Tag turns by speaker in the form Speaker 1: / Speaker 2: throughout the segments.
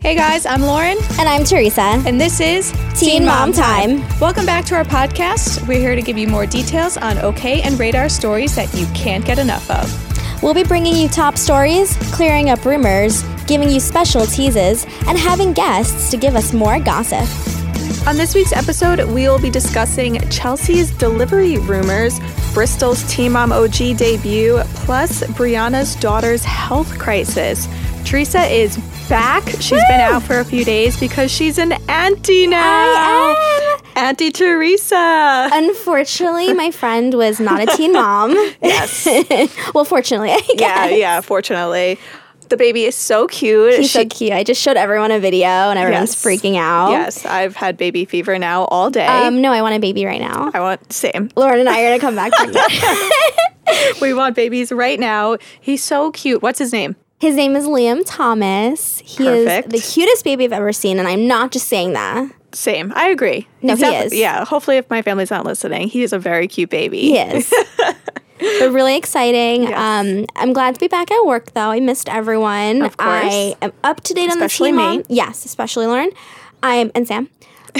Speaker 1: Hey guys, I'm Lauren,
Speaker 2: And I'm Teresa.
Speaker 1: and this is
Speaker 2: Teen Mom Time.
Speaker 1: Welcome back to our podcast. We're here to give you more details on OK and Radar stories that you can't get enough of.
Speaker 2: We'll be bringing you top stories, clearing up rumors, giving you special teases, and having guests to give us more gossip.
Speaker 1: On this week's episode, we'll be discussing Chelsea's delivery rumors, Bristol's Teen Mom OG debut, plus Brianna's daughter's health crisis. Teresa is back. She's been out for a few days because she's an auntie now.
Speaker 2: I
Speaker 1: Auntie Teresa.
Speaker 2: Unfortunately, my friend was not a teen mom. yes. well, fortunately, I guess.
Speaker 1: yeah, yeah, fortunately. The baby is so cute.
Speaker 2: He's so
Speaker 1: She-
Speaker 2: cute. I just showed everyone a video and everyone's
Speaker 1: Yes.
Speaker 2: freaking out.
Speaker 1: yes, I've had baby fever now all day.
Speaker 2: Um, no, I want a baby right now.
Speaker 1: I want same.
Speaker 2: Lauren and I are going to come back from that.
Speaker 1: We want babies right now. He's so cute. What's his name?
Speaker 2: His name is Liam Thomas. He
Speaker 1: Perfect.
Speaker 2: is the cutest baby I've ever seen, and I'm not just saying that.
Speaker 1: Same. I agree.
Speaker 2: No,
Speaker 1: He's
Speaker 2: he
Speaker 1: def-
Speaker 2: is.
Speaker 1: Yeah. Hopefully, if my family's not listening, he is a very cute baby.
Speaker 2: Yes. but really exciting.
Speaker 1: Yes.
Speaker 2: Um, I'm glad to be back at work, though. I missed everyone.
Speaker 1: Of course.
Speaker 2: I am up to date
Speaker 1: Especially
Speaker 2: on the
Speaker 1: me.
Speaker 2: Teen Mom. Yes, especially Lauren. I'm and Sam.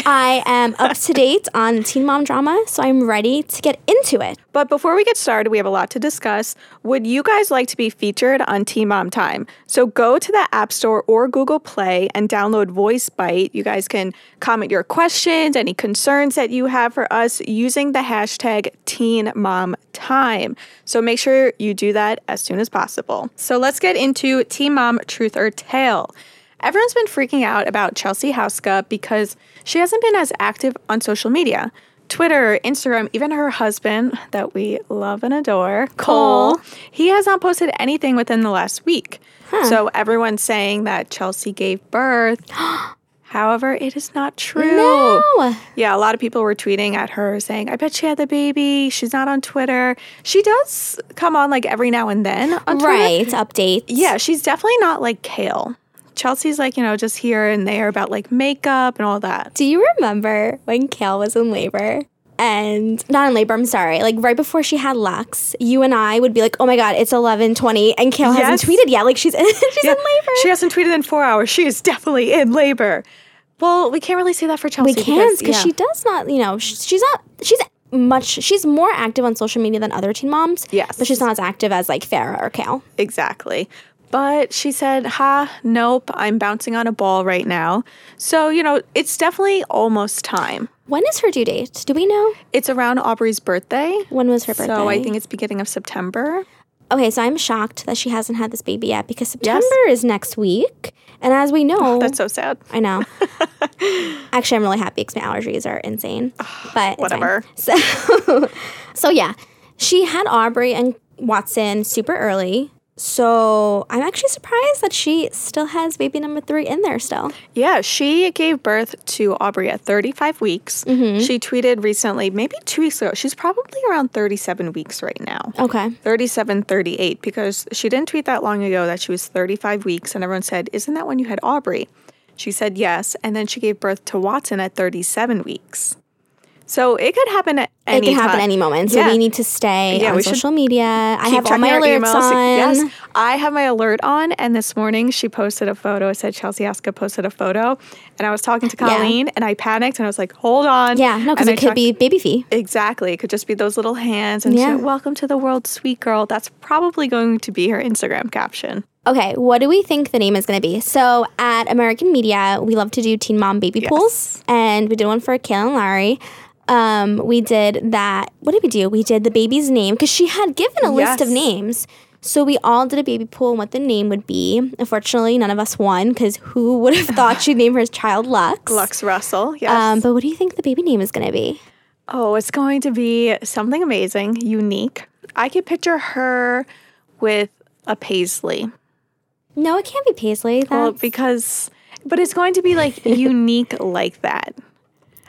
Speaker 2: I am up to date on the Teen Mom drama, so I'm ready to get into it.
Speaker 1: But before we get started, we have a lot to discuss. Would you guys like to be featured on Teen Mom Time? So go to the App Store or Google Play and download Voice Bite. You guys can comment your questions, any concerns that you have for us using the hashtag Teen Mom Time. So make sure you do that as soon as possible. So let's get into Teen Mom Truth or Tale. Everyone's been freaking out about Chelsea Houska because she hasn't been as active on social media. Twitter, Instagram, even her husband that we love and adore, Cole, he has not posted anything within the last week. So everyone's saying that Chelsea gave birth. However, it is not true.
Speaker 2: No.
Speaker 1: Yeah, a lot of people were tweeting at her saying, I bet she had the baby. She's not on Twitter. She does come on like every now and then on Twitter.
Speaker 2: Right. Updates.
Speaker 1: Yeah, she's definitely not like Kale. Chelsea's like, you know, just here and there about like makeup and all that.
Speaker 2: Do you remember when Kale was in labor? And not in labor, I'm sorry. Like right before she had Lux, you and I would be like, "Oh my God, it's 11:20, and Kale
Speaker 1: Yes.
Speaker 2: hasn't tweeted yet. Like she's she's in labor."
Speaker 1: She hasn't tweeted in four hours. She is definitely in labor. Well, we can't really say that for Chelsea.
Speaker 2: We can't because
Speaker 1: yeah.
Speaker 2: she does not, you know, sh- she's not, she's much, she's more active on social media than other teen moms.
Speaker 1: Yes.
Speaker 2: But she's not as active as like Farah or Kale.
Speaker 1: Exactly. But she said, ha, nope, I'm bouncing on a ball right now. So, you know, it's definitely almost time.
Speaker 2: When is her due date? Do we know?
Speaker 1: It's around Aubrey's birthday.
Speaker 2: When was her birthday?
Speaker 1: So I think it's beginning of September.
Speaker 2: Okay, so I'm shocked that she hasn't had this baby yet because September is next week. And as we know,
Speaker 1: That's so sad.
Speaker 2: I know. Actually, I'm really happy because my allergies are insane. But it's fine.
Speaker 1: Whatever.
Speaker 2: So, so yeah, she had Aubrey and Watson super early. So I'm actually surprised that she still has baby number three in there still.
Speaker 1: Yeah, she gave birth to Aubrey at 35 weeks.
Speaker 2: Mm-hmm.
Speaker 1: She tweeted recently, maybe two weeks ago, she's probably around 37 weeks right now.
Speaker 2: Okay.
Speaker 1: 37, 38, because she didn't tweet that long ago that she was 35 weeks, and everyone said, Isn't that when you had Aubrey? She said yes, and then she gave birth to Watson at 37 weeks. So it could happen at
Speaker 2: It
Speaker 1: any
Speaker 2: can happen
Speaker 1: time.
Speaker 2: any moment. So
Speaker 1: Yeah.
Speaker 2: we need to stay
Speaker 1: Yeah,
Speaker 2: on
Speaker 1: we should
Speaker 2: social media. I
Speaker 1: Keep
Speaker 2: have all
Speaker 1: checking
Speaker 2: my
Speaker 1: our
Speaker 2: alerts on.
Speaker 1: Yes, I have my alert on. And this morning she posted a photo. It said Chelsea Aska posted a photo. And I was talking to Colleen and I panicked and I was like, hold on.
Speaker 2: Yeah, no, because
Speaker 1: And
Speaker 2: it
Speaker 1: I
Speaker 2: could
Speaker 1: checked-
Speaker 2: be baby fee.
Speaker 1: Exactly. It could just be those little hands. And she
Speaker 2: Yeah.
Speaker 1: said, welcome to the world, sweet girl. That's probably going to be her Instagram caption.
Speaker 2: Okay, what do we think the name is going to be? So at American Media, we love to do Teen Mom Baby Pools, and we did one for Kayla and Larry. Um, we did that. What did we do? We did the baby's name because she had given a list of
Speaker 1: Yes.
Speaker 2: names. So we all did a baby pool and what the name would be. Unfortunately, none of us won because who would have thought she'd name her child Lux?
Speaker 1: Lux Russell. Yes.
Speaker 2: Um, but what do you think the baby name is going to be?
Speaker 1: Oh, it's going to be something amazing, unique. I could picture her with a paisley.
Speaker 2: No, it can't be Paisley.
Speaker 1: Well,
Speaker 2: That-
Speaker 1: because, but it's going to be like unique like that.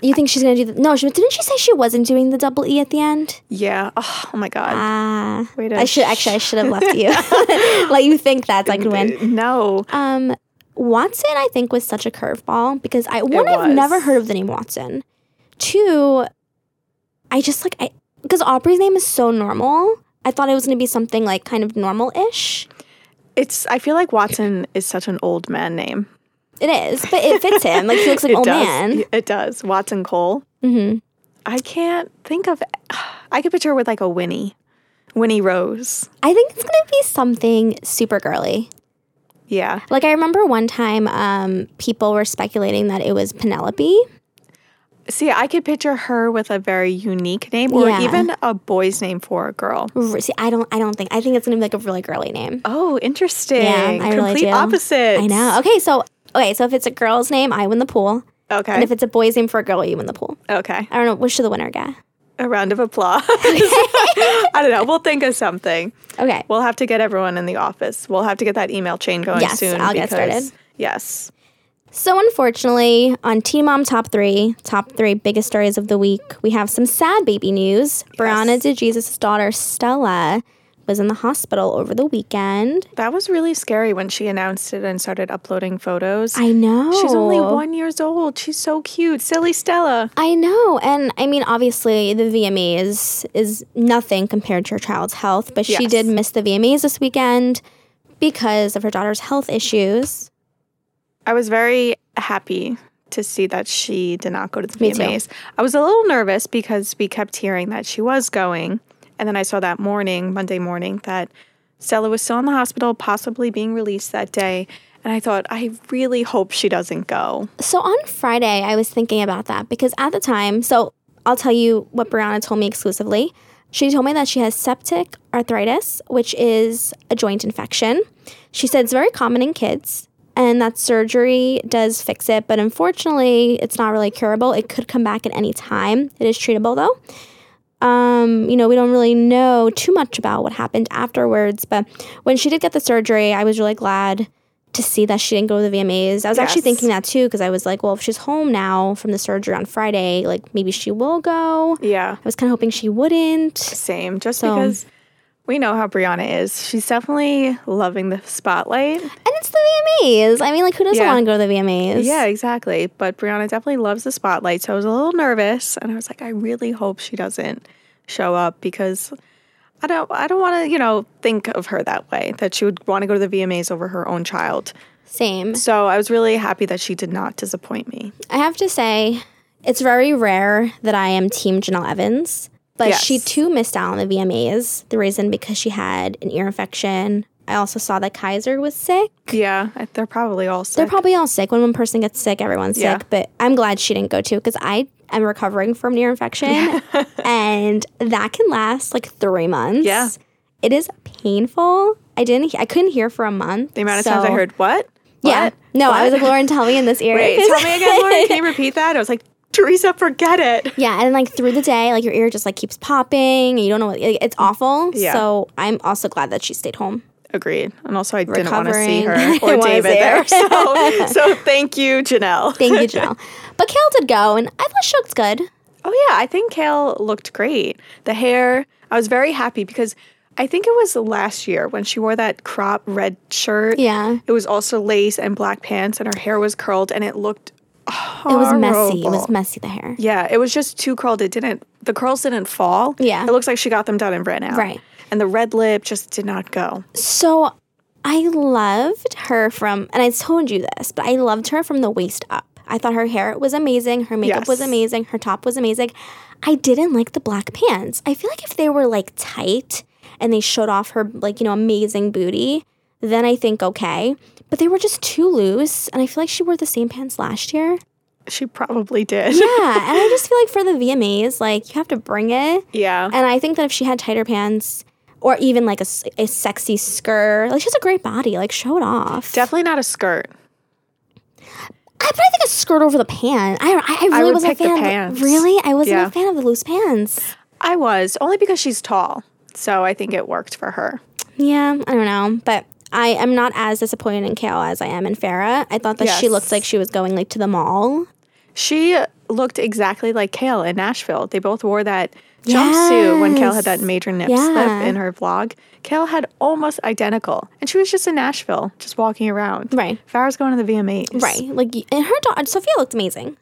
Speaker 2: you think she's going to do the? No, she, didn't she say she wasn't doing the double E at the end?
Speaker 1: Yeah. Oh, my God.
Speaker 2: Ah,
Speaker 1: Way to
Speaker 2: I should actually I should have left you. Let you think that's I can win.
Speaker 1: No.
Speaker 2: Um, Watson, I think, was such a curveball because I one I've
Speaker 1: was.
Speaker 2: never heard of the name Watson. Two, I just like I because Aubrey's name is so normal. I thought it was going to be something like kind of normal-ish.
Speaker 1: It's. I feel like Watson is such an old man name.
Speaker 2: It is, but it fits him. Like he looks like
Speaker 1: it
Speaker 2: old
Speaker 1: does.
Speaker 2: man.
Speaker 1: It does. Watson Cole.
Speaker 2: hmm
Speaker 1: I can't think of. I could picture her with like a Winnie, Winnie Rose.
Speaker 2: I think it's gonna be something super girly.
Speaker 1: Yeah.
Speaker 2: Like I remember one time, um, people were speculating that it was Penelope.
Speaker 1: See, I could picture her with a very unique name, or
Speaker 2: Yeah.
Speaker 1: even a boy's name for a girl.
Speaker 2: R- See, I don't, I don't think. I think it's gonna be like a really girly name.
Speaker 1: Oh, interesting.
Speaker 2: I
Speaker 1: Complete
Speaker 2: really do.
Speaker 1: opposites.
Speaker 2: I know. Okay, so okay, so if it's a girl's name, I win the pool,
Speaker 1: Okay.
Speaker 2: and if it's a boy's name for a girl, you win the pool.
Speaker 1: okay.
Speaker 2: I don't know. What should the winner get?
Speaker 1: A round of applause. I don't know. We'll think of something.
Speaker 2: Okay.
Speaker 1: We'll have to get everyone in the office. We'll have to get that email chain going
Speaker 2: Yes,
Speaker 1: soon.
Speaker 2: I'll get
Speaker 1: because-
Speaker 2: started.
Speaker 1: Yes.
Speaker 2: So unfortunately, on Teen Mom Top Three, top three biggest stories of the week, we have some sad baby news. Brianna DeJesus' daughter Stella was in the hospital over the weekend.
Speaker 1: That was really scary when she announced it and started uploading photos.
Speaker 2: I know.
Speaker 1: She's only one years old. She's so cute. Silly Stella.
Speaker 2: I know. And I mean, obviously, the VMAs is nothing compared to her child's health, but she
Speaker 1: Yes.
Speaker 2: did miss the VMAs this weekend because of her daughter's health issues.
Speaker 1: I was very happy to see that she did not go to the
Speaker 2: Me too.
Speaker 1: VMAs. I was a little nervous because we kept hearing that she was going. And then I saw that morning, Monday morning, that Stella was still in the hospital, possibly being released that day. And I thought, I really hope she doesn't go.
Speaker 2: So on Friday, I was thinking about that because at the time, so I'll tell you what Brianna told me exclusively. She told me that she has septic arthritis, which is a joint infection. She said it's very common in kids and that surgery does fix it, but unfortunately, it's not really curable. It could come back at any time. It is treatable though um, you know, we don't really know too much about what happened afterwards. But when she did get the surgery, I was really glad to see that she didn't go to the VMAs. I was actually
Speaker 1: Yes.
Speaker 2: thinking that too, because I was like, well, if she's home now from the surgery on Friday, like maybe she will go.
Speaker 1: Yeah.
Speaker 2: I was kind of hoping she wouldn't.
Speaker 1: Same. Just
Speaker 2: So-
Speaker 1: because we know how Brianna is. She's definitely loving the spotlight.
Speaker 2: And it's the VMAs. I mean, like, who doesn't
Speaker 1: Yeah.
Speaker 2: want to go to the VMAs?
Speaker 1: Yeah, exactly. But Brianna definitely loves the spotlight. So I was a little nervous and I was like, I really hope she doesn't show up because I don't I don't wanna, you know, think of her that way, that she would want to go to the VMAs over her own child.
Speaker 2: Same.
Speaker 1: So I was really happy that she did not disappoint me.
Speaker 2: I have to say, it's very rare that I am Team Janelle Evans, but
Speaker 1: Yes.
Speaker 2: she too missed out on the VMAs. The reason because she had an ear infection. I also saw that Kaiser was sick.
Speaker 1: Yeah, I- they're probably all
Speaker 2: They're
Speaker 1: sick.
Speaker 2: probably all sick. When one person gets sick, everyone's
Speaker 1: Yeah.
Speaker 2: sick. But I'm glad she didn't go too because I am recovering from an ear infection, and that can last like three months.
Speaker 1: Yeah.
Speaker 2: it is painful. I didn't. I couldn't hear for a month.
Speaker 1: the amount of times I
Speaker 2: so-
Speaker 1: heard what?
Speaker 2: Yeah.
Speaker 1: What?
Speaker 2: No, I
Speaker 1: What?"
Speaker 2: was like, Lauren, tell me in this ear.
Speaker 1: Wait, tell me again, Lauren. Can you repeat that? I was like, Teresa, forget it.
Speaker 2: Yeah, and like through the day, like your ear just like keeps popping, and you don't know what like, it's awful.
Speaker 1: Mm-hmm. Yeah.
Speaker 2: So I'm also glad that she stayed home.
Speaker 1: Agreed. And also, I didn't want to see her
Speaker 2: Recovering. I
Speaker 1: or
Speaker 2: wanna
Speaker 1: David
Speaker 2: see
Speaker 1: there.
Speaker 2: her.
Speaker 1: So, so thank you, Janelle.
Speaker 2: Thank you, Janelle. but Kale did go, and I thought she looked good.
Speaker 1: Oh yeah, I think Kale looked great. The hair, I was very happy because I think it was last year when she wore that crop red shirt.
Speaker 2: Yeah,
Speaker 1: It was also lace and black pants and her hair was curled and it looked
Speaker 2: it
Speaker 1: horrible.
Speaker 2: was messy. It was messy. The hair.
Speaker 1: Yeah, it was just too curled. It didn't the curls didn't fall.
Speaker 2: Yeah.
Speaker 1: It looks like she got them done and ran out.
Speaker 2: Right.
Speaker 1: And the red lip just did not go.
Speaker 2: So I loved her from, and I told you this, but I loved her from the waist up. I thought her hair was amazing. Her makeup was
Speaker 1: Yes.
Speaker 2: amazing. Her top was amazing. I didn't like the black pants. I feel like if they were like tight and they showed off her like, you know, amazing booty, then I think okay. But they were just too loose. And I feel like she wore the same pants last year. Yeah.
Speaker 1: She probably did.
Speaker 2: and I just feel like for the VMAs, like you have to bring it.
Speaker 1: Yeah.
Speaker 2: And I think that if she had tighter pants or even like a, s- a sexy skirt, like she has a great body, like show it off.
Speaker 1: Definitely not a skirt.
Speaker 2: I, but I think a skirt over the pants. I don't, I, I really
Speaker 1: would
Speaker 2: wasn't a
Speaker 1: pick the
Speaker 2: fan.
Speaker 1: pants.
Speaker 2: Of, really, I wasn't
Speaker 1: Yeah.
Speaker 2: a fan of the loose pants.
Speaker 1: I was, only because she's tall. So I think it worked for her.
Speaker 2: Yeah, I don't know, but. I am not as disappointed in Kale as I am in Farah. I thought that she
Speaker 1: Yes.
Speaker 2: looked like she was going like to the mall.
Speaker 1: She looked exactly like Kale in Nashville. They both wore that jumpsuit when Kale had that major nip
Speaker 2: Yeah.
Speaker 1: slip in her vlog. Kale had almost identical, and she was just in Nashville, just walking around.
Speaker 2: Right.
Speaker 1: Farrah's going to the VMAs.
Speaker 2: Right. Like y- and her daughter Sophia looked amazing.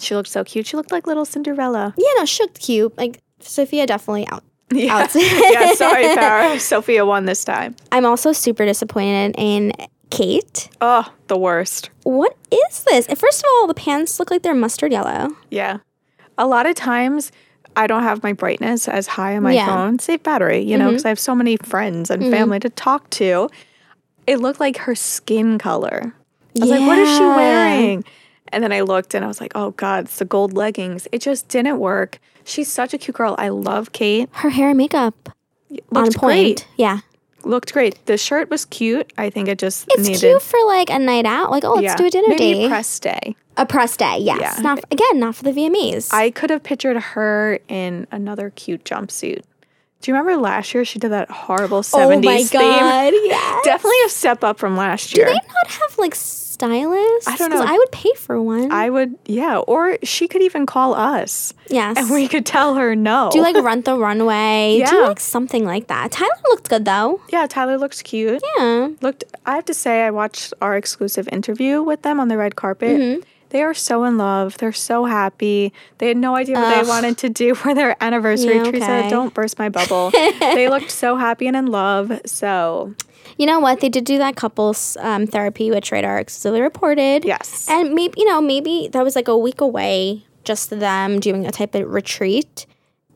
Speaker 1: She looked so cute. She looked like little Cinderella.
Speaker 2: Yeah, no, she looked cute. Like Sophia definitely out
Speaker 1: Yeah. yeah sorry, Farrah. Sophia won this time.
Speaker 2: I'm also super disappointed in Kate.
Speaker 1: Oh, the worst.
Speaker 2: What is this? First of all, the pants look like they're mustard yellow.
Speaker 1: Yeah. A lot of times I don't have my brightness as high on my
Speaker 2: Yeah. Mm-hmm.
Speaker 1: phone, save battery, you know, because I have so many friends and family to talk to. It looked like her skin color. I was like, what is she
Speaker 2: Yeah.
Speaker 1: wearing? And then I looked and I was like, oh God, it's the gold leggings. It just didn't work. She's such a cute girl. I love Kate.
Speaker 2: Her hair and makeup on
Speaker 1: Looked
Speaker 2: point.
Speaker 1: great.
Speaker 2: Yeah.
Speaker 1: Looked great. The shirt was cute. I think it just
Speaker 2: It's
Speaker 1: needed.
Speaker 2: cute for like a night out. Like, oh, let's do a dinner
Speaker 1: Maybe
Speaker 2: date.
Speaker 1: press day.
Speaker 2: a press day. Yes.
Speaker 1: Yeah.
Speaker 2: Not again, not for the VMAs.
Speaker 1: I could have pictured her in another cute jumpsuit. Do you remember last year she did that horrible 70s
Speaker 2: oh my
Speaker 1: theme?
Speaker 2: god. Yes.
Speaker 1: Definitely a step up from last
Speaker 2: Do
Speaker 1: year.
Speaker 2: they not have like stylists?
Speaker 1: I don't
Speaker 2: 'Cause
Speaker 1: know.
Speaker 2: I would pay for one.
Speaker 1: I would, yeah. Or she could even call us
Speaker 2: yes.
Speaker 1: and we could tell her no.
Speaker 2: do like rent the runway. Do
Speaker 1: Yeah.
Speaker 2: like something like that. Tyler looked good though.
Speaker 1: yeah, Tyler looks cute.
Speaker 2: Yeah.
Speaker 1: Looked, I have to say, I watched our exclusive interview with them on the red carpet.
Speaker 2: Mm-hmm.
Speaker 1: They are so in love. They're so happy. They had no idea what
Speaker 2: Ugh.
Speaker 1: they wanted to do for their anniversary.
Speaker 2: Yeah,
Speaker 1: Teresa,
Speaker 2: okay.
Speaker 1: don't burst my bubble. they looked so happy and in love. So,
Speaker 2: You know what? They did do that couples um, therapy, which Radar exclusively reported.
Speaker 1: yes.
Speaker 2: And maybe, you know, maybe that was like a week away, just them doing a type of retreat.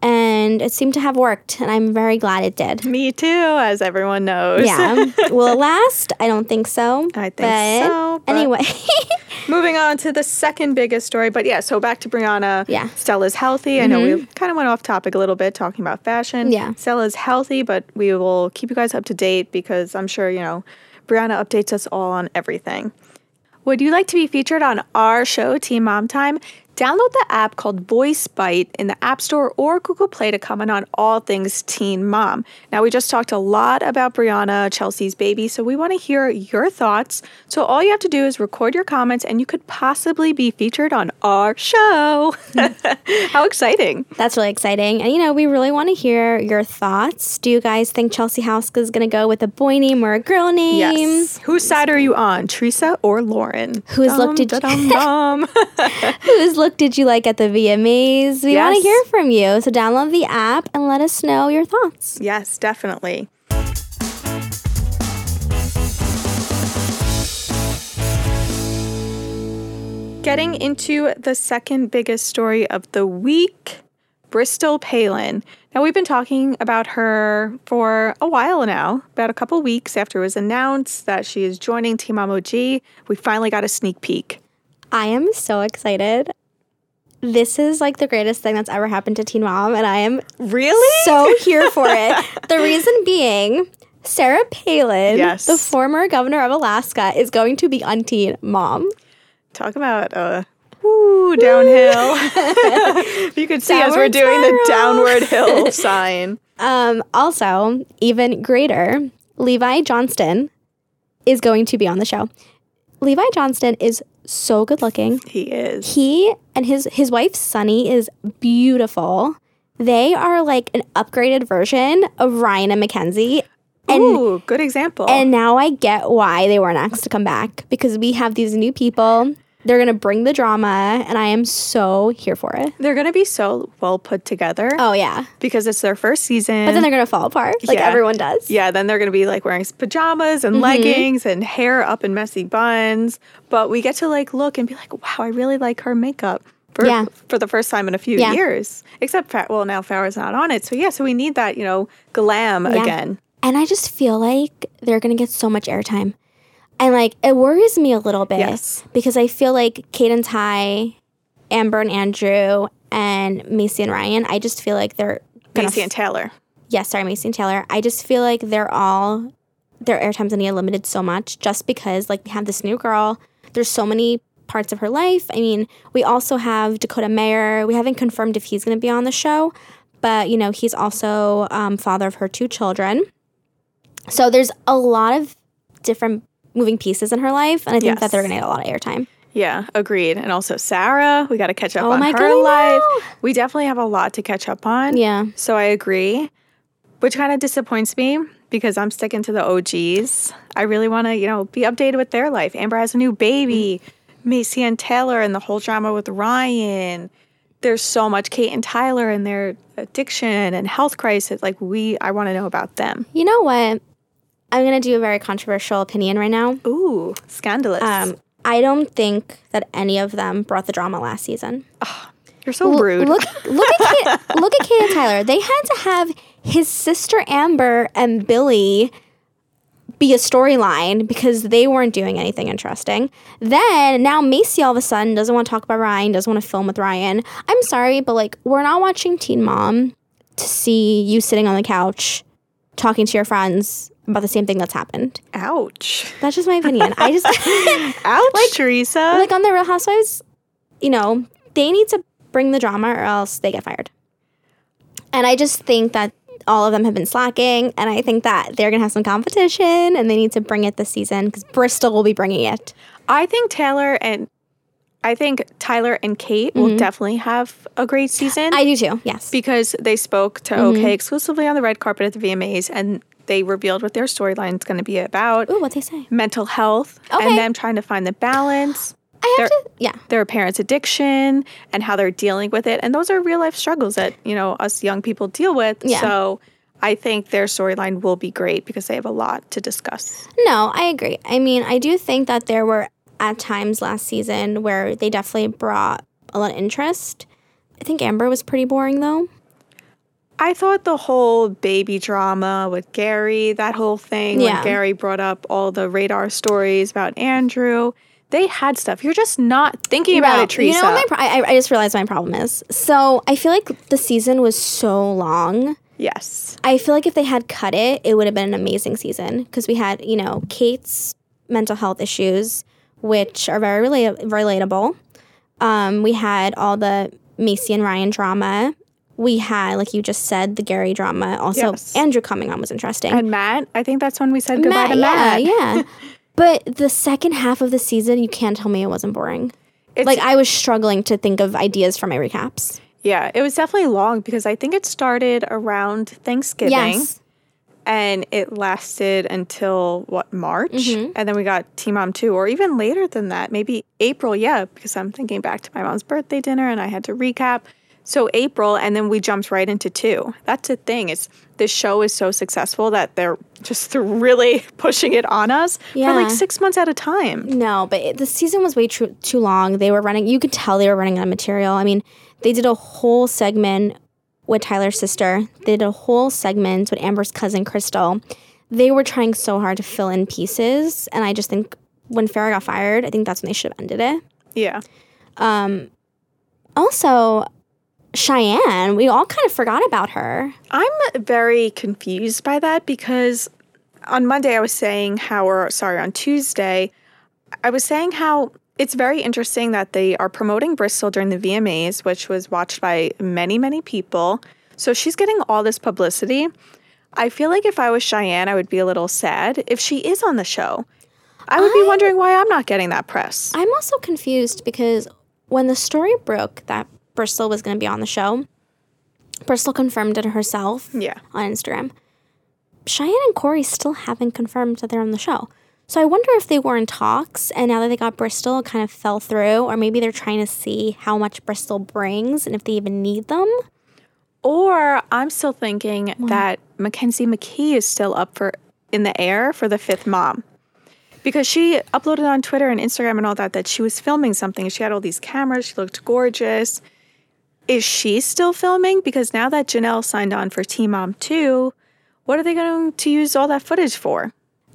Speaker 2: And it seemed to have worked. And I'm very glad it did.
Speaker 1: Me too, as everyone knows.
Speaker 2: Yeah. Will it last? I don't think so.
Speaker 1: I think so, but-
Speaker 2: Anyway.
Speaker 1: Moving on to the second biggest story, but yeah, so back to Brianna.
Speaker 2: Yeah. Mm-hmm.
Speaker 1: Stella's healthy. I know we kind of went off topic a little bit talking about fashion.
Speaker 2: Yeah.
Speaker 1: Stella's healthy, but we will keep you guys up to date because I'm sure, you know, Brianna updates us all on everything. Would you like to be featured on our show, Team Mom Time? Download the app called Voice Bite in the App Store or Google Play to comment on all things Teen Mom. Now, we just talked a lot about Brianna, Chelsea's baby, so we want to hear your thoughts. So, all you have to do is record your comments, and you could possibly be featured on our show. How exciting!
Speaker 2: That's really exciting. And, you know, we really want to hear your thoughts. Do you guys think Chelsea House is going to go with a boy name or a girl name?
Speaker 1: Yes. Whose side are you on, Teresa or Lauren?
Speaker 2: Whose look did you-
Speaker 1: dum, dum.
Speaker 2: Whose look did you like at the VMAs? We want
Speaker 1: Yes.
Speaker 2: to hear from you. So download the app and let us know your thoughts.
Speaker 1: Yes, definitely. Getting into the second biggest story of the week Bristol Palin. Now, we've been talking about her for a while now, about a couple weeks after it was announced that she is joining Team MOG. We finally got a sneak peek.
Speaker 2: I am so excited. This is like the greatest thing that's ever happened to Teen Mom, and I am
Speaker 1: Really?
Speaker 2: so here for it. The reason being, Sarah Palin,
Speaker 1: Yes.
Speaker 2: the former governor of Alaska, is going to be on Teen Mom.
Speaker 1: Talk about uh woo, downhill. if you could see as we're
Speaker 2: Downward
Speaker 1: doing the
Speaker 2: spiral.
Speaker 1: downward hill sign.
Speaker 2: Um, also, even greater, Levi Johnston is going to be on the show. Levi Johnston is so good looking.
Speaker 1: He is.
Speaker 2: he and his his wife Sunny is beautiful. They are like an upgraded version of Ryan and Mackenzie. And
Speaker 1: Ooh, good example.
Speaker 2: and now I get why they weren't asked to come back because we have these new people. They're gonna bring the drama, and I am so here for it.
Speaker 1: they're going to be so well put together
Speaker 2: Oh yeah,
Speaker 1: because it's their first season.
Speaker 2: but then they're gonna fall apart like
Speaker 1: Yeah.
Speaker 2: everyone does.
Speaker 1: yeah, then they're going to be like wearing pajamas
Speaker 2: Mm-hmm.
Speaker 1: and leggings and hair up in messy buns. But we get to like look and be like, wow, I really like her makeup for,
Speaker 2: Yeah.
Speaker 1: for the first time in a few
Speaker 2: Yeah.
Speaker 1: years. Except, Fa- well, now Farrah's not on it. So, yeah, so we need that, you know, glam again.
Speaker 2: And I just feel like they're gonna get so much airtime. And like it worries me a little bit
Speaker 1: Yes.
Speaker 2: because I feel like Kate and Ty, Amber and Andrew, and Macy and Ryan, I just feel like they're gonna
Speaker 1: Macy and Taylor.
Speaker 2: Yes, sorry, Macy and Taylor. I just feel like they're all their airtime's gonna get limited so much just because like we have this new girl. There's so many parts of her life. I mean, we also have Dakota Mayer. We haven't confirmed if he's gonna be on the show, but you know, he's also um, father of her two children. So there's a lot of different moving pieces in her life, and I think
Speaker 1: Yes.
Speaker 2: that they're gonna get a lot of airtime.
Speaker 1: Yeah, agreed. And also Sarah, we got to catch up
Speaker 2: Oh
Speaker 1: on
Speaker 2: my
Speaker 1: her
Speaker 2: God, I
Speaker 1: life.
Speaker 2: know.
Speaker 1: We definitely have a lot to catch up on.
Speaker 2: Yeah.
Speaker 1: So I agree, which kind of disappoints me because I'm sticking to the OGs. I really want to, you know, be updated with their life. Amber has a new baby,
Speaker 2: Mm.
Speaker 1: Macy and Taylor, and the whole drama with Ryan. There's so much Kate and Tyler and their addiction and health crisis. Like we, I want to know about them.
Speaker 2: You know what? I'm going to do a very controversial opinion right now.
Speaker 1: Ooh, scandalous.
Speaker 2: Um, I don't think that any of them brought the drama last season.
Speaker 1: You're so
Speaker 2: L-
Speaker 1: rude.
Speaker 2: Look, look at Kate, look at Kate and Tyler. They had to have his sister Amber and Billy be a storyline because they weren't doing anything interesting. Then now Macy all of a sudden doesn't want to talk about Ryan, doesn't want to film with Ryan. I'm sorry, but like we're not watching Teen Mom to see you sitting on the couch talking to your friends about the same thing that's happened.
Speaker 1: Ouch.
Speaker 2: That's just my opinion. I just
Speaker 1: Ouch, Teresa.
Speaker 2: like on the Real Housewives, you know, they need to bring the drama or else they get fired. And I just think that all of them have been slacking, and I think that they're gonna have some competition, and they need to bring it this season because Bristol will be bringing it.
Speaker 1: I think Taylor and I think Tyler and Kate will definitely have a great season
Speaker 2: Mm-hmm. I Mm-hmm. do too. Yes,
Speaker 1: because they spoke to OK exclusively on the red carpet at the VMAs and they revealed what their storyline is going to be about.
Speaker 2: Ooh, what they say?
Speaker 1: Mental health
Speaker 2: Okay.
Speaker 1: and them trying to find the balance,
Speaker 2: I
Speaker 1: They're-
Speaker 2: have to. Yeah,
Speaker 1: their parents' addiction and how they're dealing with it. And those are real life struggles that, you know, us young people deal with.
Speaker 2: Yeah.
Speaker 1: So I think their storyline will be great because they have a lot to discuss.
Speaker 2: No, I agree. I mean, I do think that there were at times last season where they definitely brought a lot of interest. I think Amber was pretty boring though.
Speaker 1: I thought the whole baby drama with Gary, that whole thing
Speaker 2: Yeah.
Speaker 1: when Gary brought up all the radar stories about Andrew, they had stuff. You're just not thinking about
Speaker 2: No,
Speaker 1: it, Teresa.
Speaker 2: You know what my pro- I, I just realized my problem is. So I feel like the season was so long.
Speaker 1: yes.
Speaker 2: I feel like if they had cut it, it would have been an amazing season because we had you know Kate's mental health issues, which are very relate- relatable. Um, we had all the Macy and Ryan drama. We had, like you just said, the Gary drama. Also,
Speaker 1: Yes.
Speaker 2: Andrew coming on was interesting.
Speaker 1: And Matt, I think that's when we said goodbye to
Speaker 2: yeah,
Speaker 1: Matt.
Speaker 2: yeah. But the second half of the season, you can't tell me it wasn't boring.
Speaker 1: It's-
Speaker 2: like I was struggling to think of ideas for my recaps.
Speaker 1: Yeah, it was definitely long because I think it started around Thanksgiving
Speaker 2: Yes.
Speaker 1: and it lasted until what March, and then we got Team Mom Two, or even later than that, maybe April. Yeah, because I'm thinking back to my mom's birthday dinner and I had to recap. So April, and then we jumped right into two. That's the thing is this show is so successful that they're just really pushing it on us for
Speaker 2: Yeah.
Speaker 1: like six months at a time.
Speaker 2: No, but it, the season was way too too long. They were running. You could tell they were running out of material. I mean, they did a whole segment with Tyler's sister. They did a whole segment with Amber's cousin Crystal. They were trying so hard to fill in pieces, and I just think when Farrah got fired, I think that's when they should have ended it.
Speaker 1: Yeah,
Speaker 2: Um, also, Cheyenne, we all kind of forgot about her.
Speaker 1: I'm very confused by that because on Monday I was saying how, or sorry, on Tuesday, I was saying how it's very interesting that they are promoting Bristol during the VMAs, which was watched by many, many people. So she's getting all this publicity. I feel like if I was Cheyenne, I would be a little sad if she is on the show. I would be wondering why I'm not getting that press.
Speaker 2: I'm also confused because when the story broke that Bristol was going to be on the show, Bristol confirmed it herself
Speaker 1: Yeah.
Speaker 2: on Instagram. Cheyenne and Corey still haven't confirmed that they're on the show. So I wonder if they were in talks and now that they got Bristol, it kind of fell through, or maybe they're trying to see how much Bristol brings and if they even need them.
Speaker 1: Or I'm still thinking that Mackenzie McKee is still up for in the air for the fifth mom. Because she uploaded on Twitter and Instagram and all that that she was filming something. She had all these cameras, she looked gorgeous. Is she still filming? Because now that Janelle signed on for Team Mom 2, what are they going to use all that footage for?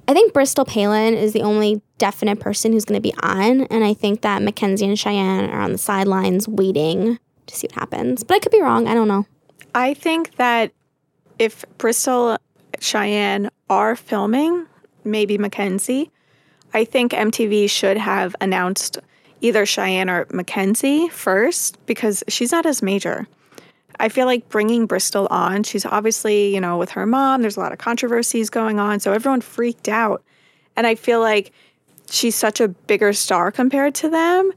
Speaker 2: I think Bristol Palin is the only definite person who's going to be on, and I think that Mackenzie and Cheyenne are on the sidelines waiting to see what happens. But I could be wrong. I don't know.
Speaker 1: I think that if Bristol Cheyenne are filming, maybe Mackenzie, I think MTV should have announced either Cheyenne or Mackenzie first because she's not as major. I feel like bringing Bristol on, she's obviously, you know, with her mom, there's a lot of controversies going on. So everyone freaked out. And I feel like she's such a bigger star compared to them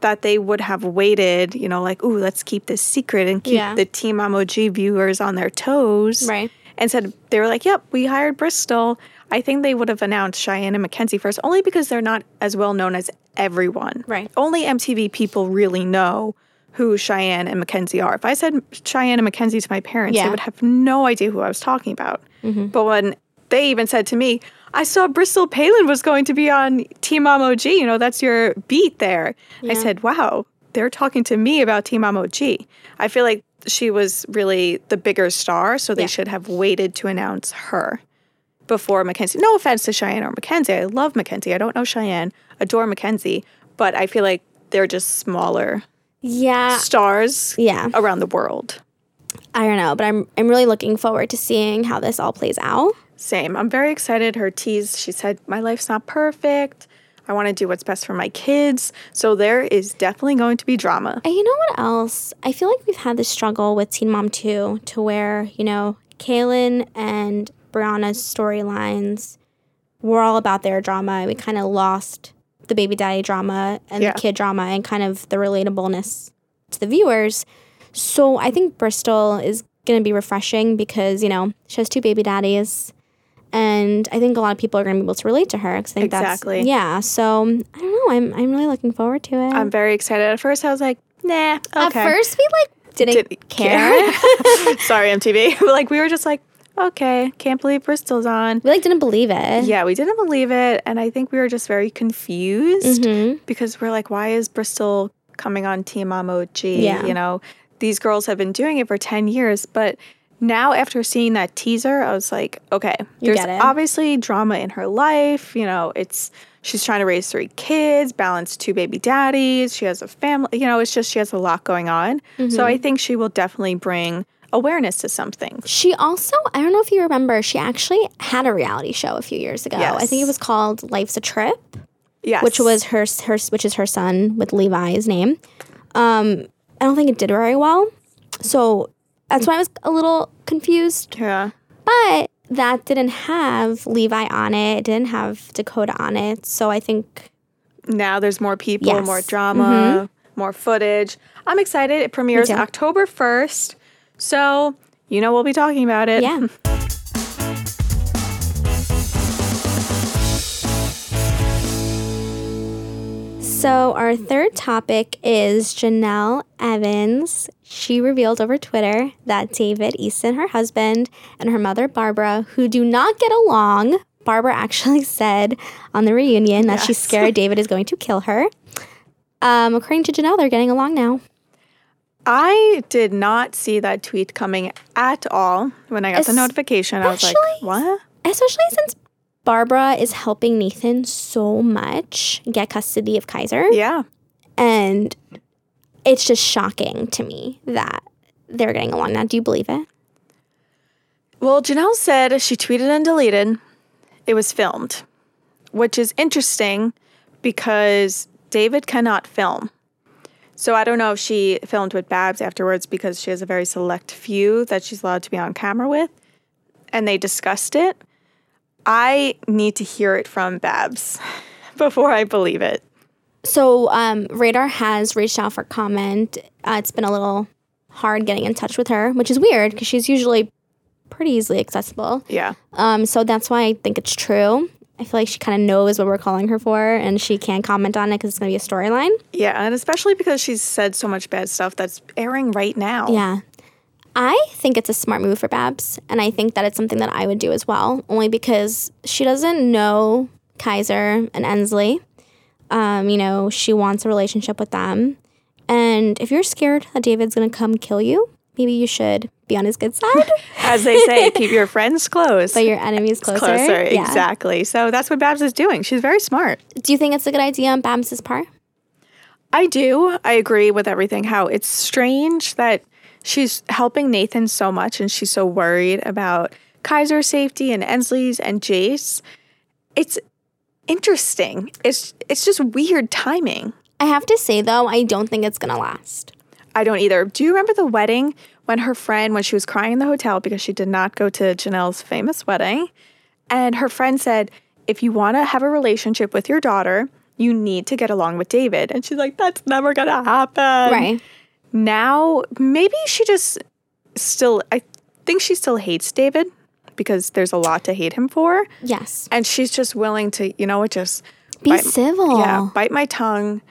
Speaker 1: that they would have waited, you know, like, ooh, let's keep this secret and keep
Speaker 2: Yeah.
Speaker 1: the Team MOG viewers on their toes.
Speaker 2: Right.
Speaker 1: And said, they were like, yep, we hired Bristol. I think they would have announced Cheyenne and Mackenzie first, only because they're not as well known as everyone.
Speaker 2: Right.
Speaker 1: Only MTV people really know who Cheyenne and Mackenzie are. If I said Cheyenne and Mackenzie to my parents,
Speaker 2: Yeah. Mm-hmm.
Speaker 1: they would have no idea who I was talking about. But when they even said to me, I saw Bristol Palin was going to be on Team Mom OG. You know, that's your beat there. I said, wow, they're talking to me about Team Mom OG. I feel like she was really the bigger star, so they
Speaker 2: Yeah.
Speaker 1: should have waited to announce her before Mackenzie. No offense to Cheyenne or Mackenzie. I love Mackenzie. I don't know Cheyenne, adore Mackenzie, but I feel like they're just smaller
Speaker 2: Yeah.
Speaker 1: stars
Speaker 2: Uh, Yeah.
Speaker 1: around the world.
Speaker 2: I don't know, but I'm I'm really looking forward to seeing how this all plays out.
Speaker 1: Same. I'm very excited. Her tease, she said, My life's not perfect. I want to do what's best for my kids. So there is definitely going to be drama.
Speaker 2: And you know what else? I feel like we've had this struggle with Teen Mom 2 to where, you know, Kaylin and Brianna's storylines were all about their drama. We kind of lost the baby daddy drama and
Speaker 1: Yeah.
Speaker 2: the kid drama and kind of the relatableness to the viewers. So I think Bristol is going to be refreshing because, you know, she has two baby daddies. And I think a lot of people are going to be able to relate to her. 'cause I think
Speaker 1: Exactly.
Speaker 2: That's, yeah. So I don't know. I'm, I'm really looking forward to it.
Speaker 1: I'm very excited. At first, I was like, Nah, okay.
Speaker 2: At first, we like didn't,
Speaker 1: Didn't
Speaker 2: care.
Speaker 1: Sorry, MTV. But like, we were just like, Okay, can't believe Bristol's on.
Speaker 2: we like didn't believe it.
Speaker 1: Yeah, we didn't believe it. And I think we were just very confused
Speaker 2: Mm-hmm.
Speaker 1: because we're like, why is Bristol coming on Team Mom OG?
Speaker 2: Yeah.
Speaker 1: You know, these girls have been doing it for 10 years. But now, after seeing that teaser, I was like, okay,
Speaker 2: You
Speaker 1: there's
Speaker 2: get it.
Speaker 1: obviously drama in her life. You know, it's she's trying to raise three kids, balance two baby daddies. She has a family. You know, it's just she has a lot going on.
Speaker 2: Mm-hmm.
Speaker 1: So I think she will definitely bring awareness to something.
Speaker 2: She also, I don't know if you remember, she actually had a reality show a few years ago. I think
Speaker 1: Yes.
Speaker 2: it was called Life's a Trip,
Speaker 1: Yes.
Speaker 2: which was her her which is her son with Levi's name. Um, I don't think it did very well, so that's why I was a little confused.
Speaker 1: Yeah.
Speaker 2: But that didn't have Levi on it. It didn't have Dakota on it. So I think
Speaker 1: now there's more people,
Speaker 2: Yes. Mm-hmm.
Speaker 1: more drama, more footage. I'm excited. It premieres
Speaker 2: too.
Speaker 1: October 1st. So, you know, we'll be talking about it.
Speaker 2: yeah. So, our third topic is Janelle Evans. She revealed over Twitter that David Easton, her husband, and her mother, Barbara, who do not get along, Barbara actually said on the reunion that she's
Speaker 1: Yes.
Speaker 2: scared David is going to kill her. Um, according to Janelle, they're getting along now.
Speaker 1: I did not see that tweet coming at all when I got the
Speaker 2: Es-
Speaker 1: notification. I was like,
Speaker 2: actually-
Speaker 1: what?
Speaker 2: especially since Barbara is helping Nathan so much get custody of Kaiser.
Speaker 1: Yeah.
Speaker 2: And it's just shocking to me that they're getting along now. Do you believe it?
Speaker 1: Well, Janelle said she tweeted and deleted. It was filmed, which is interesting because David cannot film. So I don't know if she filmed with Babs afterwards because she has a very select few that she's allowed to be on camera with, and they discussed it. I need to hear it from Babs before I believe it.
Speaker 2: So, um, Radar has reached out for comment. Uh, it's been a little hard getting in touch with her, which is weird because she's usually pretty easily accessible.
Speaker 1: Yeah.
Speaker 2: Um, so that's why I think it's true. I feel like she kind of knows what we're calling her for, and she can't comment on it because it's going to be a storyline.
Speaker 1: Yeah, and especially because she's said so much bad stuff that's airing right now.
Speaker 2: Yeah. I think it's a smart move for Babs, and I think that it's something that I would do as well, only because she doesn't know Kaiser and Ensley. Um, you know, she wants a relationship with them. And if you're scared that David's gonna come kill you, maybe you should be on his good side,
Speaker 1: As they say, keep your friends close.
Speaker 2: but your enemy's closer.
Speaker 1: closer.
Speaker 2: Yeah.
Speaker 1: Exactly. So that's what Babs is doing. She's very smart.
Speaker 2: Do you think it's a good idea on Babs's part?
Speaker 1: I do. I agree with everything. How it's strange that she's helping Nathan so much and she's so worried about Kaiser's safety and Ensley's and Jace. It's interesting. It's it's just weird timing.
Speaker 2: I have to say though, I don't think it's gonna last.
Speaker 1: I don't either. Do you remember the wedding when her friend, when she was crying in the hotel because she did not go to Janelle's famous wedding? And her friend said, If you want to have a relationship with your daughter, you need to get along with David. And she's like, That's never going to happen.
Speaker 2: Right.
Speaker 1: Now, maybe she just still, I think she still hates David because there's a lot to hate him for.
Speaker 2: Yes.
Speaker 1: And she's just willing to, you know what, just
Speaker 2: Be
Speaker 1: bite-
Speaker 2: civil.
Speaker 1: yeah, bite my tongue.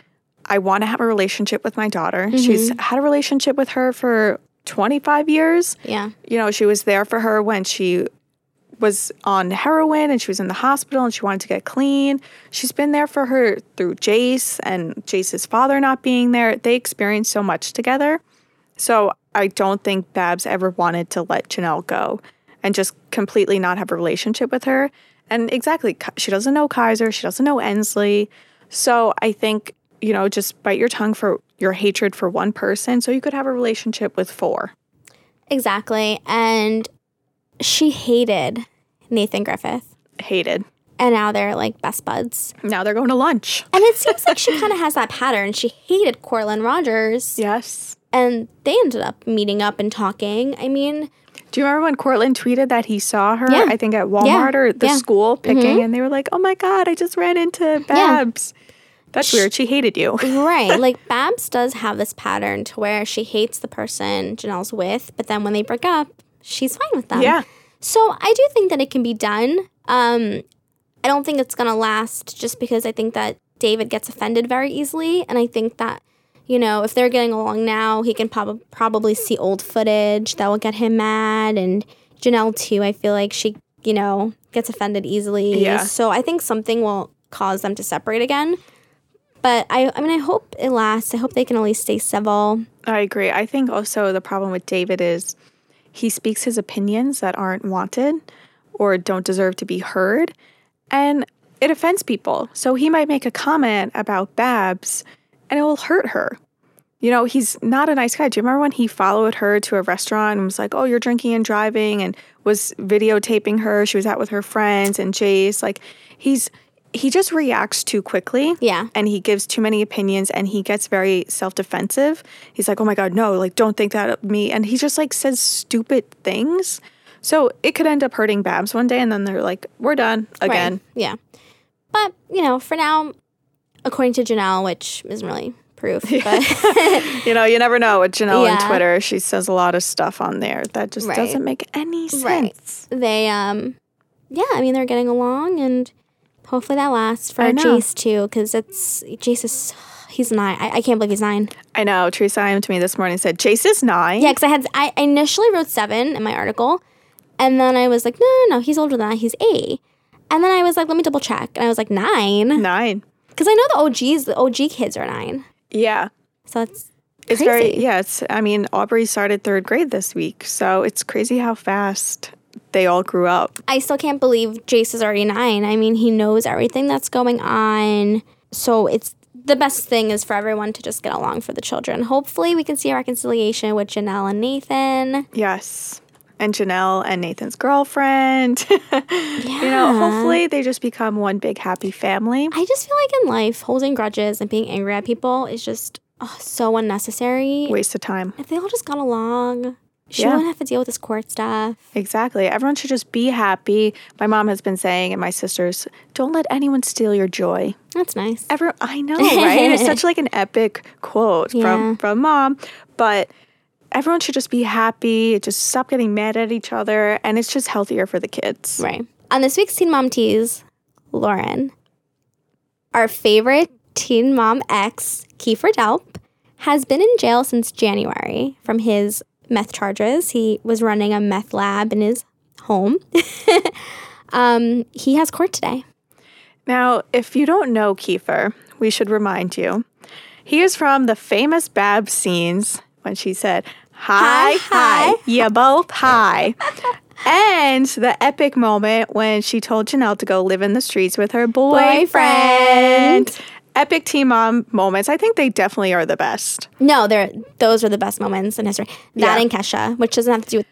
Speaker 1: I want to have a relationship with my daughter. She's had a relationship with her for 25 years.
Speaker 2: Yeah.
Speaker 1: You know, she was there for her when she was on heroin and she was in the hospital and she wanted to get clean. She's been there for her through Jace and Jace's father not being there. They experienced so much together. So I don't think Babs ever wanted to let Janelle go and just completely not have a relationship with her. And exactly, Ki- she doesn't know Kaiser, she doesn't know Ensley. So I think, you know, just bite your tongue for your hatred for one person so you could have a relationship with four.
Speaker 2: Exactly. And she hated Nathan Griffith.
Speaker 1: Hated.
Speaker 2: And now they're like best buds.
Speaker 1: Now they're going to lunch.
Speaker 2: And it seems like she kind of has that pattern. She hated Corlin Rogers.
Speaker 1: Yes.
Speaker 2: And they ended up meeting up and talking. I mean,
Speaker 1: Do you remember when Cortland tweeted that he saw her?
Speaker 2: Yeah.
Speaker 1: I think at Walmart or the
Speaker 2: Yeah. Mm-hmm.
Speaker 1: school picking, and they were like, "Oh my god, I just ran into Babs." That's weird. She hated you.
Speaker 2: right. like Babs does have this pattern to where she hates the person Janelle's with, but then when they break up, she's fine with them.
Speaker 1: yeah,
Speaker 2: So I do think that it can be done. Um, I don't think it's gonna last just because I think that David gets offended very easily, and I think that you know if they're getting along now, he can prob- probably see old footage that will get him mad, and Janelle too. I feel like she you know gets offended easily.
Speaker 1: Yeah.
Speaker 2: So I think something will cause them to separate again. But I, I mean, I hope it lasts. I hope they can at least stay civil.
Speaker 1: I agree. I think also the problem with David is he speaks his opinions that aren't wanted or don't deserve to be heard, and it offends people. So he might make a comment about Babs, and it will hurt her. You know, he's not a nice guy. Do you remember when he followed her to a restaurant and was like, "Oh, you're drinking and driving," and was videotaping her? She was out with her friends and Jace. Like, he's he just reacts too quickly
Speaker 2: Yeah.
Speaker 1: and he gives too many opinions and he gets very self-defensive. He's like, "Oh my god, no, like don't think that of me." And he just like says stupid things. So it could end up hurting Babs one day and then they're like, "We're done again."
Speaker 2: Right. Yeah. But, you know, for now, according to Janelle, which isn't really proof, but
Speaker 1: You know, you never know with Janelle
Speaker 2: Yeah.
Speaker 1: on Twitter. She says a lot of stuff on there that just
Speaker 2: Right.
Speaker 1: doesn't make any sense.
Speaker 2: Right. they, um, yeah, I mean, they're getting along and hopefully that lasts for
Speaker 1: I know.
Speaker 2: Jace too, because it's, Jace is, he's nine. I, I can't believe he's nine.
Speaker 1: I know. Teresa IM to me this morning said, Jace is nine.
Speaker 2: Yeah, because I had, I I initially wrote seven in my article, and then I was like, no, no, no, he's older than that. He's eight. And then I was like, let me double check. And I was like, nine.
Speaker 1: Nine.
Speaker 2: Because I know the OGs, the OG kids are nine.
Speaker 1: Yeah.
Speaker 2: So that's,
Speaker 1: It's very,
Speaker 2: Crazy.
Speaker 1: yeah. It's, I mean, Aubrey started third grade this week. So it's crazy how fast they all grew up.
Speaker 2: I still can't believe Jace is already nine. I mean, he knows everything that's going on. So it's the best thing is for everyone to just get along for the children. Hopefully, we can see a reconciliation with Janelle and Nathan.
Speaker 1: Yes. And Janelle and Nathan's girlfriend. You know, hopefully they just become one big happy family.
Speaker 2: I just feel like in life, holding grudges and being angry at people is just oh, so unnecessary.
Speaker 1: Waste of time.
Speaker 2: If they all just got along, she
Speaker 1: Yeah.
Speaker 2: wouldn't have to deal with this court stuff.
Speaker 1: Exactly. Everyone should just be happy. My mom has been saying, and my sisters, don't let anyone steal your joy.
Speaker 2: That's nice.
Speaker 1: Ever, I know, right? it's such like an epic quote
Speaker 2: Yeah.
Speaker 1: from from mom, but everyone should just be happy. Just stop getting mad at each other, and it's just healthier for the kids.
Speaker 2: Right. On this week's Teen Mom Tease, Lauren, our favorite Teen Mom ex, Kiefer Delp, has been in jail since January from his meth charges. He was running a meth lab in his home. um, he has court today.
Speaker 1: Now, if you don't know Kiefer, we should remind you. He is from the famous Bab scenes when she said, Hi,
Speaker 2: Hi,
Speaker 1: hi, you both hi. and the epic moment when she told Janelle to go live in the streets with her boyfriend.
Speaker 2: Boyfriend.
Speaker 1: Epic team mom moments. I think they definitely are the best.
Speaker 2: No, they're, those are the best moments in history. That
Speaker 1: Yeah.
Speaker 2: and Kesha, which doesn't have to do with.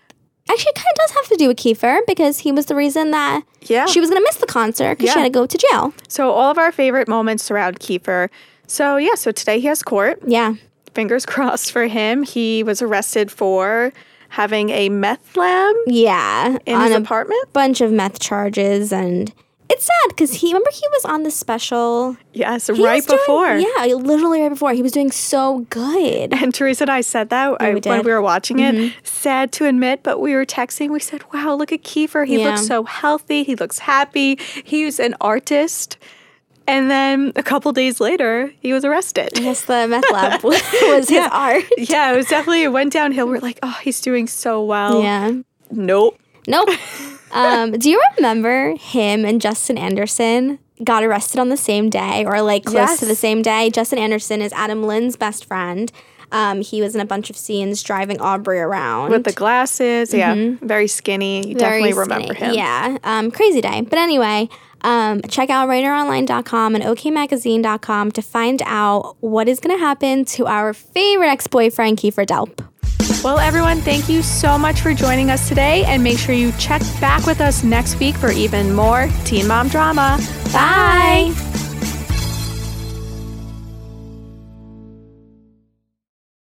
Speaker 2: Actually, it kind of does have to do with Kiefer because he was the reason that
Speaker 1: Yeah.
Speaker 2: she was going to miss the concert because she
Speaker 1: Yeah.
Speaker 2: had to go to jail.
Speaker 1: So, all of our favorite moments surround Kiefer. So, yeah, so today he has court.
Speaker 2: Yeah.
Speaker 1: Fingers crossed for him. He was arrested for having a meth lab.
Speaker 2: Yeah.
Speaker 1: in
Speaker 2: on
Speaker 1: his
Speaker 2: a
Speaker 1: apartment?
Speaker 2: bunch of meth charges and it's sad because he remember he was on the special
Speaker 1: Yes,
Speaker 2: He
Speaker 1: right
Speaker 2: was doing-
Speaker 1: before.
Speaker 2: yeah literally right before he was doing so good
Speaker 1: And Teresa and I said that I-
Speaker 2: we
Speaker 1: when
Speaker 2: did. Mm-hmm.
Speaker 1: we were watching it. Sad to admit, but we were texting. We said, wow, look at Kiefer. He
Speaker 2: Yeah.
Speaker 1: looks so healthy. He looks happy. He's an artist. And then a couple days later, he was arrested.
Speaker 2: yes the meth lab was his art
Speaker 1: yeah, it was definitely, it went downhill. We're like, oh, he's doing so well.
Speaker 2: yeah
Speaker 1: Nope.
Speaker 2: nope Um, do you remember him and Justin Anderson got arrested on the same day or like close to the
Speaker 1: Yes.
Speaker 2: same day? Justin Anderson is Adam Lynn's best friend. Um, he was in a bunch of scenes driving Aubrey around.
Speaker 1: With the glasses, yeah, very skinny. You definitely
Speaker 2: Mm-hmm. Very
Speaker 1: remember
Speaker 2: skinny.
Speaker 1: him.
Speaker 2: Yeah. Um, crazy day. But anyway, um, check out writeronline.com and okmagazine.com to find out what is going to happen to our favorite ex boyfriend, Kiefer Delp.
Speaker 1: Well, everyone, thank you so much for joining us today, and make sure you check back with us next week for even more Teen Mom drama.
Speaker 2: Bye.